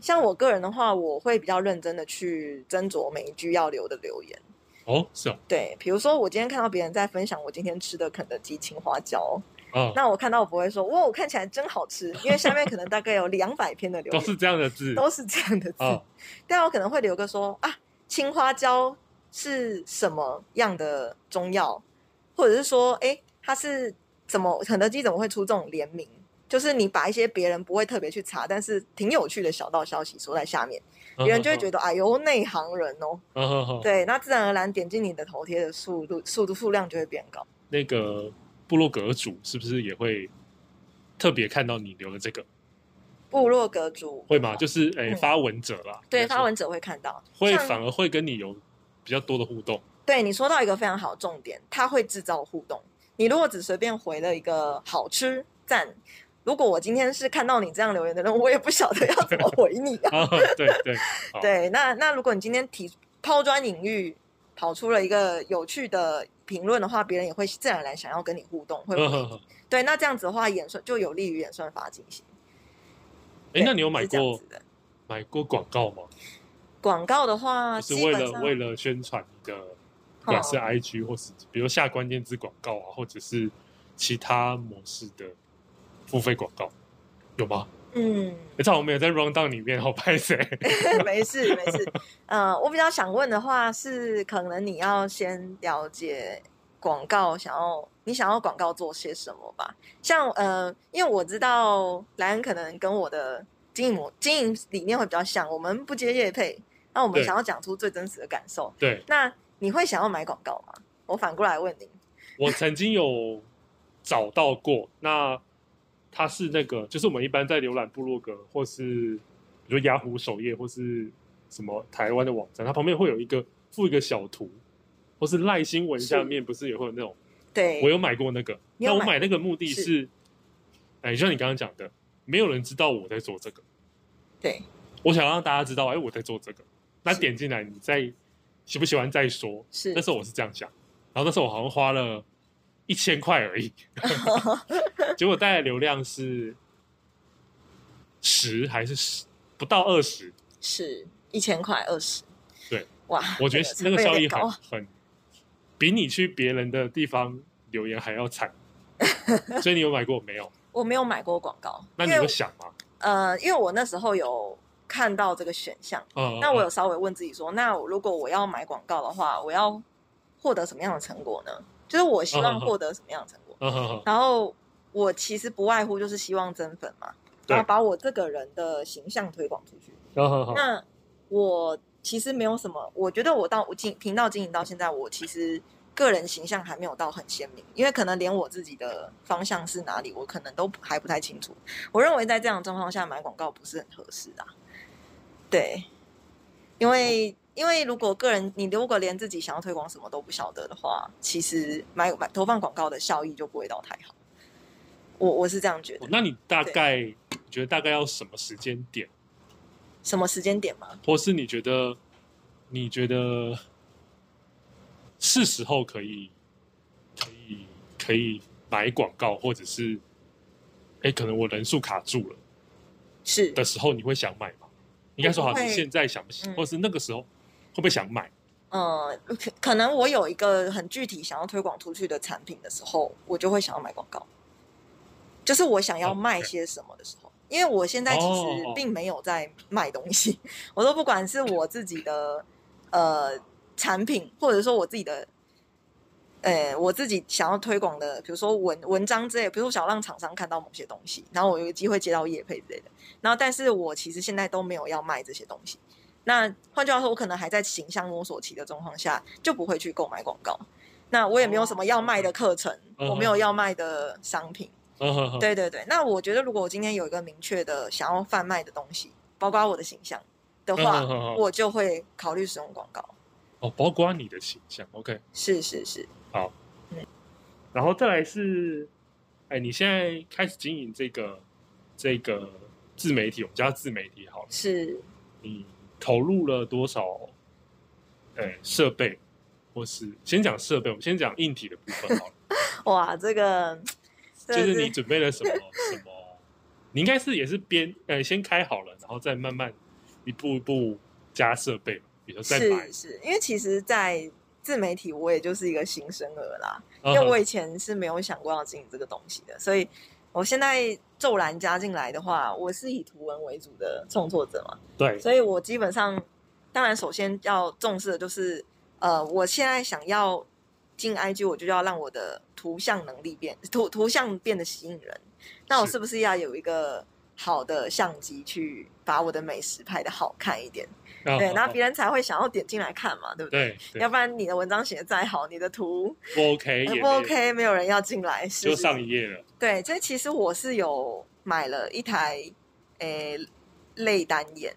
像我个人的话，我会比较认真的去斟酌每一句要留的留言。哦，是哦，对，比如说我今天看到别人在分享我今天吃的肯德基青花椒，哦，那我看到我不会说哇，我看起来真好吃，因为下面可能大概有两百篇的留都言是这样的字，都是这样的字，哦，但我可能会留个说啊，青花椒是什么样的中药，或者是说，哎，它是怎么肯德基怎么会出这种联名？就是你把一些别人不会特别去查，但是挺有趣的小道消息说在下面，嗯别人就会觉得，得哎呦内行人哦，嗯哼哼，对，那自然而然点进你的头贴的速度速度数量就会变高。那个部落格主是不是也会特别看到你留的这个？部落格主会吗？就是诶、嗯发文者啦，对应该说发文者会看到，会像反而会跟你有比较多的 互动。对你说到一个非常好的重点，它会制造互动。你如果只随便回了一个好吃赞，如果我今天是看到你这样留言的人，我也不晓得要怎么回 你啊。啊，对对，好，对，那那如果你今天提抛砖引玉，跑出了一个有趣的评论的话，别人也会自然而然想要跟你互动，会嗯回哼你。哼对，那这样子的话，演算就有利于演算法进行。诶，对那你有买是这样过子的买过广告吗？广告的话，就是啊基为本了上哦为了宣传你的，不管是 IG 或是比如下关键字广告啊，或者是其他模式的付费广告，有吗？嗯。 诶这好像没有在 round down 里面，好拍谁？ 没事没事，呃，我比较想问的话是，可能你要先了解广告想要你想要广告做些什么吧。像呃，因为我知道莱恩可能跟我的经营模经营理念会比较像，我们不接业配，那我们对想要讲出最真实的感受。对那你会想要买广告吗？我反过来问你，我曾经有找到过，那它是那个，就是我们一般在浏览部落格或是比如雅虎首页或是什么台湾的网站，它旁边会有一个附一个小图，或是赖新闻下面不是也会有那种，对我有买过那个，你有那我买买那个目的是是，哎，就像你刚刚讲的，没有人知道我在做这个，对我想让大家知道，哎，我在做这个，那是点进来你再喜不喜欢再说，是那时候我是这样想，然后那时候我好像花了一千块而已，结果带来流量是十还是十不到二十，是一千块二十，对，哇，我觉得这那个成本效有益点很高很比你去别人的地方留言还要惨。所以你有买过没有？我没有买过广告，那你因为有想吗？呃，因为我那时候有看到这个选项，嗯，那我有嗯稍微问自己说，那我如果我要买广告的话，我要获得什么样的成果呢？就是我希嗯嗯望嗯获得什么样的成果？嗯嗯嗯然后我其实不外乎就是希望增粉嘛，对然后把我这个人的形象推广出去。嗯嗯嗯那我其实没有什么，我觉得我到我经频道经营到现在，我其实个人形象还没有到很鲜明，因为可能连我自己的方向是哪里，我可能都还不太清楚。我认为在这样的状况下买广告不是很合适啊。对，因为因为如果个人你如果连自己想要推广什么都不晓得的话，其实买买投放广告的效益就不会到太好。我我是这样觉得哦。那你大概你觉得大概要什么时间点？什么时间点吗？或是你觉得你觉得是时候可以可以可以买广告，或者是哎、诶可能我人数卡住了是的时候，你会想买吗？应该说好，我会你现在想不想，嗯或是那个时候会不会想买？呃，可可能我有一个很具体想要推广出去的产品的时候，我就会想要买广告，就是我想要卖些什么的时候。因为我现在其实哦并没有在卖东西， 我说不管是我自己的呃产品，或者说我自己的，呃我自己想要推广的，比如说文文章之类，比如说我想要让厂商看到某些东西，然后我有个机会接到业配之类的，然后但是我其实现在都没有要卖这些东西。那换句话说，我可能还在形象摸索期的状况下，就不会去购买广告。那我也没有什么要卖的课程，嗯我没有要卖的商品。嗯哼哼，对对对，那我觉得如果我今天有一个明确的想要贩卖的东西，包括我的形象的话，嗯嗯嗯嗯我就会考虑使用广告。哦，包括你的形象，OK，是是是，然后再来是，哎，你现在开始经营这个这个自媒体，我们叫它自媒体好了。是你嗯投入了多少，呃，设备，或是先讲设备，我们先讲硬体的部分 好了。哇，这个 就这是你准备了什么什么？你应该是也是边呃先开好了，然后再慢慢一步一步加设备嘛，比如说再买是，是，因为其实，在自媒体我也就是一个新生儿啦，嗯因为哼我以前是没有想过要经营这个东西的，所以我现在骤然加进来的话，我是以图文为主的创作者嘛，对所以我基本上，当然首先要重视的就是，呃，我现在想要进 IG，我就要让我的图像能力变图图像变得吸引人。那我是是不是要有一个好的相机去把我的美食拍的好看一点？嗯对，嗯然嗯后别人才会想要点进来看嘛，对不对？对对要不然你的文章写的再好，你的图不 OK 呃也不没 OK，没有人要进来，是就不是上一页了，对，所以其实我是有买了一台诶类单眼，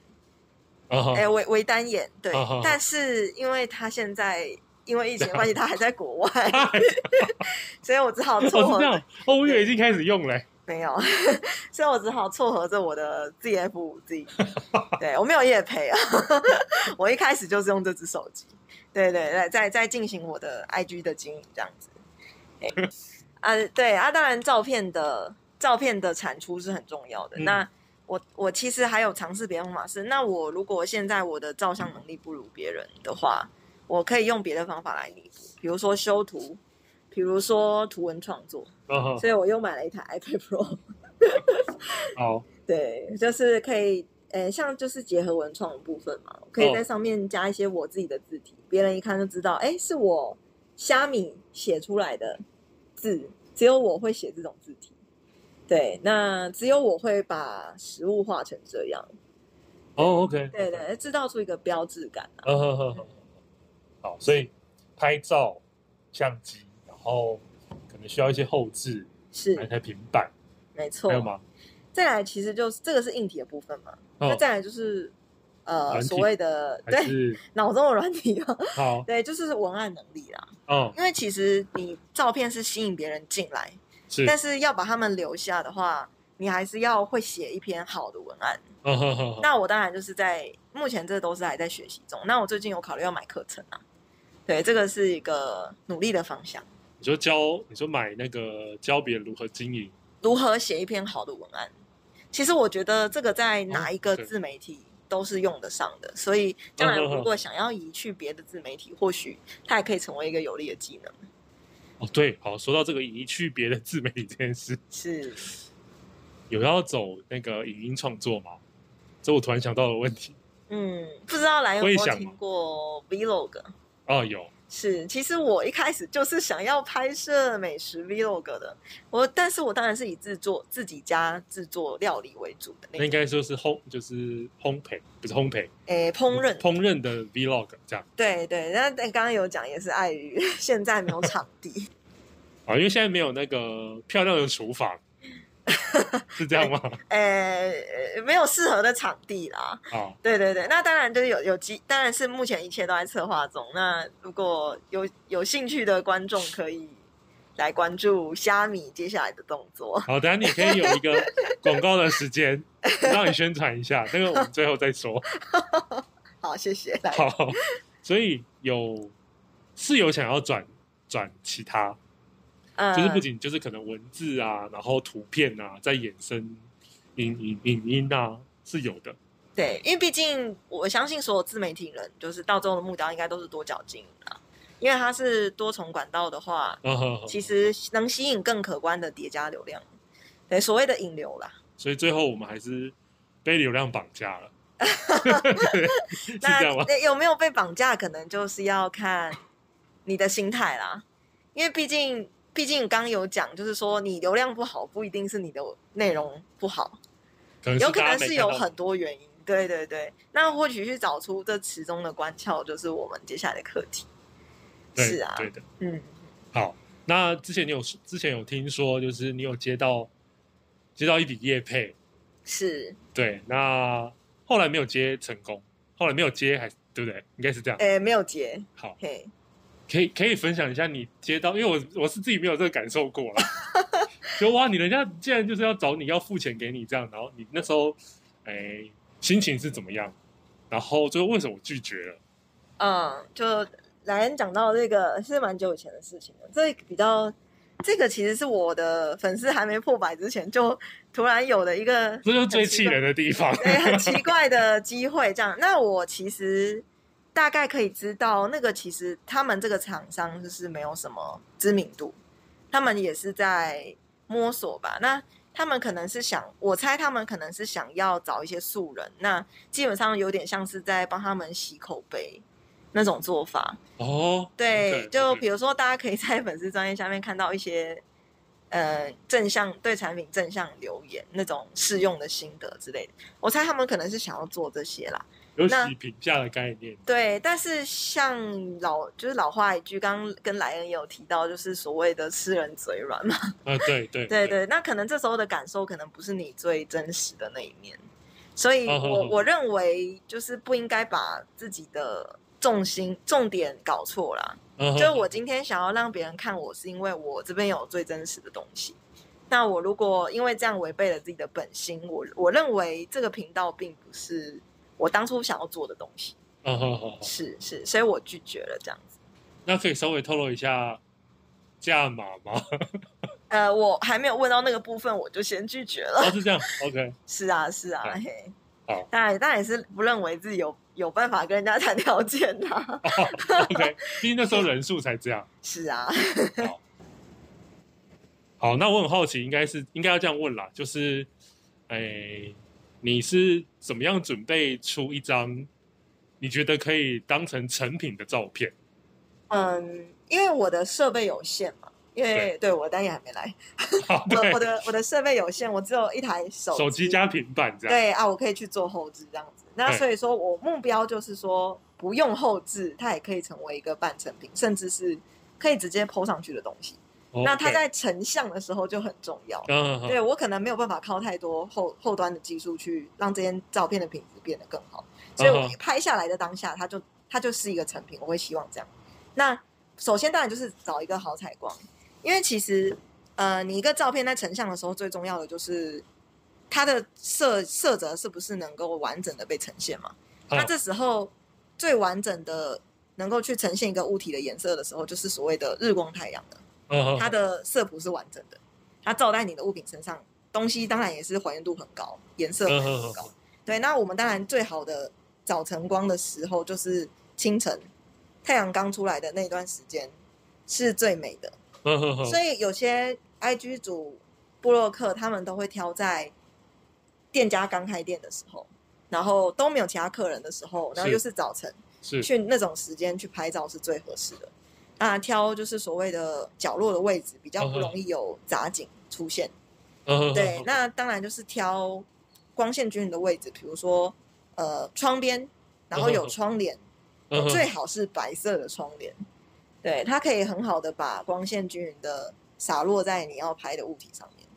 嗯哼诶哎微微单眼，对啊哈哈，但是因为它现在因为疫情的关系，它还在国外， 所以我只好哦撮是合这样哦，我以为已经开始用嘞，没有， 所以我只好撮合着我的 ZF 五 G。对我没有夜配啊， 我一开始就是用这只手机。对对对，在在进行我的 IG 的经营这样子。对啊，对啊，当然照片的照片的产出是很重要的。嗯那我我其实还有尝试别的方法是，那我如果现在我的照相能力不如别人的话，我可以用别的方法来弥补，比如说修图，比如说图文创作。嗯哼，所以我又买了一台 iPad Pro，好，对，就是可以，呃，像就是结合文创的部分嘛，我可哦以在上面加一些我自己的字体，别人一看就知道，哎，是我虾米写出来的字，只有我会写这种字体。对，那只有我会把食物画成这样，哦 OK，对对，制造出一个标志感啊。嗯哼哼哼，好，所以拍照、相机，然后可能需要一些后置，买一是，台平板，没错还。有吗？再来，其实就是这个是硬体的部分嘛，那哦，再来就是呃软体所谓的还对是脑中的软体嘛，好， 对，就是文案能力啦。嗯，因为其实你照片是吸引别人进来，是，但是要把他们留下的话，你还是要会写一篇好的文案。嗯哼哼哼，那我当然就是在目前这都是还在学习中。那我最近有考虑要买课程啊，对，这个是一个努力的方向。你说教，你说买那个教别人如何经营，如何写一篇好的文案？其实我觉得这个在哪一哦个对自媒体都是用得上的，所以将来嗯哼哼如果想要移去别的自媒体，或许它也可以成为一个有力的技能。哦，对，好，说到这个移去别的自媒体这件事，是，有要走那个影音创作吗？这我突然想到的问题，嗯，不知道来有没我也有想听过 vlog？哦，有，是，其实我一开始就是想要拍摄美食 vlog 的，我但是我当然是以制作自己家制作料理为主的那那应种，该说是烘，就是烘焙，不是烘焙，诶，烹饪，烹饪的 vlog 这样对对，那但刚刚有讲也是碍于 现在没有场地，啊，因为现在没有那个漂亮的 厨房，是这样吗？诶，没有适合的场地啦，啊，对对对，那当然就是有有机，当然是目前一切都在策划中。那如果有有兴趣的观众可以来关注虾米接下来的动作。好，等下你可以有一个广告的时间，让你宣传一下，那个我们最后再说。好，谢谢。来好，所以有是有想要转转其他，嗯就是不仅就是可能文字啊，然后图片啊，再衍生影影影音啊，是有的。对，因为毕竟我相信所有自媒体人，就是到最后的目标应该都是多角经营啊。因为它是多重管道的话，啊呵呵其实能吸引更可观的叠加流量，对所谓的引流啦。所以最后我们还是被流量绑架了，是这那样吗？那有没有被绑架，可能就是要看你的心态啦。因为毕竟，毕竟刚有讲，就是说你流量不好，不一定是你的内容不好，可能是有可大能家没是看有到很多原因。对对对，那或许去找出这其中的关窍，就是我们接下来的课题。对是啊对的。嗯，好，那之前你有之前有听说，就是你有接到接到一笔业配，是，对，那后来没有接成功，后来没有接还对不对？应该是这样。诶，没有结，好，嘿，可以可以分享一下你接到，因为我我是自己没有这个感受过 了，就哇，你人家竟然就是要找你要付钱给你这样，然后你那时候哎心情是怎么样？然后最后为什么拒绝了？嗯，就莱恩讲到这个是蛮久以前的事情了，这比较这个其实是我的粉丝还没破百之前就突然有的一个，这就是最气人的地方。对，很奇怪的机会这样。那我其实大概可以知道，那个其实他们这个厂商就是没有什么知名度，他们也是在摸索吧。那他们可能是想，我猜他们可能是想要找一些素人，那基本上有点像是在帮他们洗口碑那种做法。 哦，对， OK，就 OK 比如说，大家可以在粉丝专业下面看到一些呃正向对产品正向留言，那种试用的心得之类的。我猜他们可能是想要做这些啦。有那洗评价的概念。对，但是像老就是老话一句，刚刚跟莱恩也有提到，就是所谓的吃人嘴软嘛。啊，对对对对，那可能这时候的感受可能不是你最真实的那一面，所以哦哦我哦我认为就是不应该把自己的重心重点搞错啦。嗯哼就是我今天想要让别人看我，是因为我这边有最真实的东西。那我如果因为这样违背了自己的本心，我我认为这个频道并不是我当初想要做的东西，嗯哼哼哼是是，所以我拒绝了这样子。那可以稍微透露一下价码吗？呃，我还没有问到那个部分，我就先拒绝了。 哦，是这样，OK，是啊，是啊，好嘿好，当然当然也是不认为自己有有办法跟人家 谈条件的、啊，哦 OK，毕竟那时候人数才这样。是啊， 好，那我很好奇，应该是应该要这样问啦，就是，哎，你是怎么样准备出一张你觉得可以当成成品的照片？嗯，因为我的设备有限嘛，因为对我单眼还没来，好， 对我我，的我的设备有限，我只有一台手手机加平板这样。对啊，我可以去做后置这样子。那对所以说我目标就是说，不用后置，它也可以成为一个半成品，甚至是可以直接抛上去的东西。对那它在成像的时候就很重要。嗯，哼对我可能没有办法靠太多后后端的技术去让这件照片的品质变得更好，所以我嗯哼拍下来的当下，它就它就是一个成品，我会希望这样。那首先当然就是找一个好采光，因为其实呃，你一个照片在成像的时候，最重要的就是它的色色泽是不是能够完整的被呈现嘛？嗯那这时候最完整的能够去呈现一个物体的颜色的时候，就是所谓的日光太阳的。嗯 哼它的色谱是完整的，它照在你的物品身上，东西当然也是还原度很高，颜嗯色还原度很高。对，那我们当然最好的早晨光的时候就是清晨，太阳刚出来的那段时间是最美的。嗯哼哼所以有些 IG 主布洛克他们都会挑在店家刚开店的时候，然后都没有其他客人的时候，然后是又是早晨，是去那种时间去拍照是最合适的。那挑就是所谓的角落的位置，比较不容易有杂景出现。嗯哼哼对哼，那当然就是挑光线均匀的位置，比如说呃窗边，然后有窗帘，嗯哼最好是白色的窗帘。对，它可以很好的把光线均匀的洒落在你要拍的物体上面。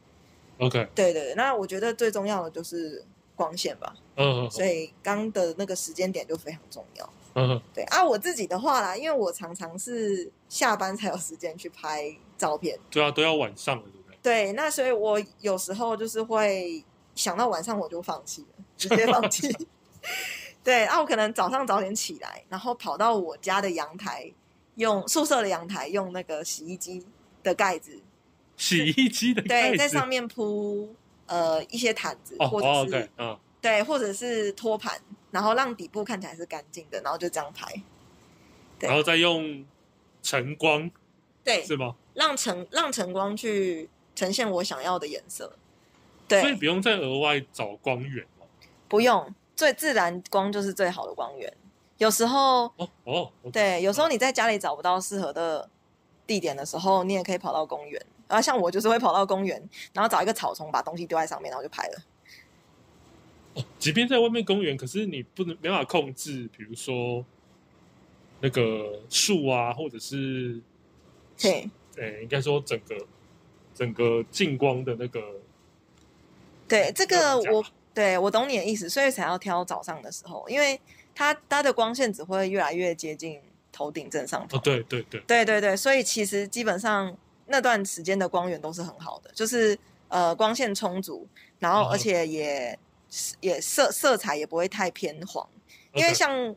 OK，对对，对那我觉得最重要的就是光线吧，嗯哼所以刚的那个时间点就非常重要。嗯哼对啊，我自己的话啦，因为我常常是下班才有时间去拍照片，对啊，都要晚上了，对不对？对，那所以我有时候就是会想到晚上我就放弃了，直接放弃。 对啊，我可能早上早点起来，然后跑到我家的阳台，用宿舍的阳台用那个洗衣机的盖子，洗衣机的盖对，子在上面铺呃一些毯子，哦或者哦是、对，嗯，对，或者是托盘，然后让底部看起来是干净的，然后就这样拍。对然后再用晨光对，是吗？让晨让晨光去呈现我想要的颜色。所以对，不用再额外找光源嘛。不用最自然光就是最好的光源。有时候，哦哦，OK，对，有时候你在家里找不到适合的地点的时候，你也可以跑到公园。然后像我就是会跑到公园，然后找一个草丛，把东西丢在上面，然后就拍了。即便在外面公园，可是你不能没办法控制，比如说那个树啊，或者是对诶，应该说整个整个近光的那个对，这个要怎么讲我对我懂你的意思，所以才要挑早上的时候，因为它它的光线只会越来越接近头顶正上方哦，。对对对，对对对，所以其实基本上那段时间的光源都是很好的，就是呃光线充足，然后嗯而且也、也色色彩也不会太偏黄，因为 OK，像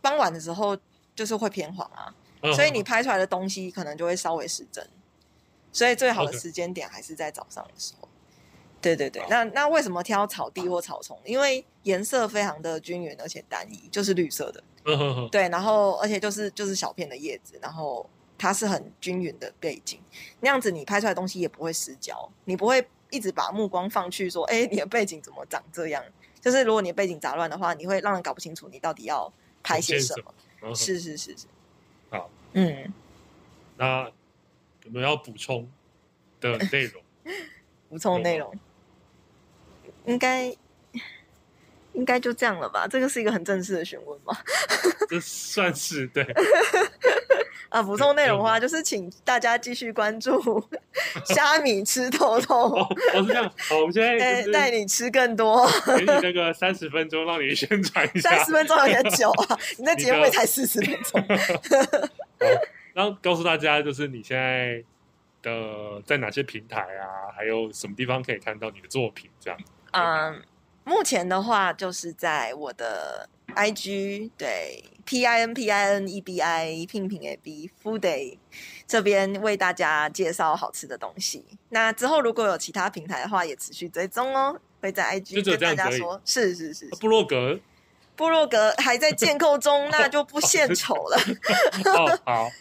傍晚的时候就是会偏黄啊，嗯所以你拍出来的东西可能就会稍微失真。所以最好的 OK 时间点还是在早上的时候。对对对，那那为什么挑草地或草丛？因为颜色非常的均匀而且单一，就是绿色的。嗯哼哼，对，然后而且就是就是小片的叶子，然后它是很均匀的背景，那样子你拍出来的东西也不会失焦，你不会一直把目光放去说，哎，你的背景怎么长这样？就是如果你的背景杂乱的话，你会让人搞不清楚你到底要拍些呈现什什么。嗯哼是是是是，好，嗯，那有没有要补充的内容？补充的内容应该。应该就这样了吧？这个是一个很正式的询问吧？这算是对，啊，补充内容的话，嗯就是请大家继续关注 虾米吃透透。哦，我是这样，好，我们现在带就是带你吃更 多，给你那个三十分钟，让你宣传一三下十，分钟有点久啊！你的节目也才四十分钟，然后告诉大家就是你现在的在哪些平台啊，还有什么地方可以看到你的作品，这样。嗯，目前的话就是在我的 IG 对 P I N P I N E B I 拼品 A B Food Day 这边为大家介绍好吃的东西。那之后如果有其他平台的话，也持续追踪哦。会在就 IG 只有跟大这样家子而已说，是是是，啊部落格 部落格还在建构中，那就不献丑了。哦，好，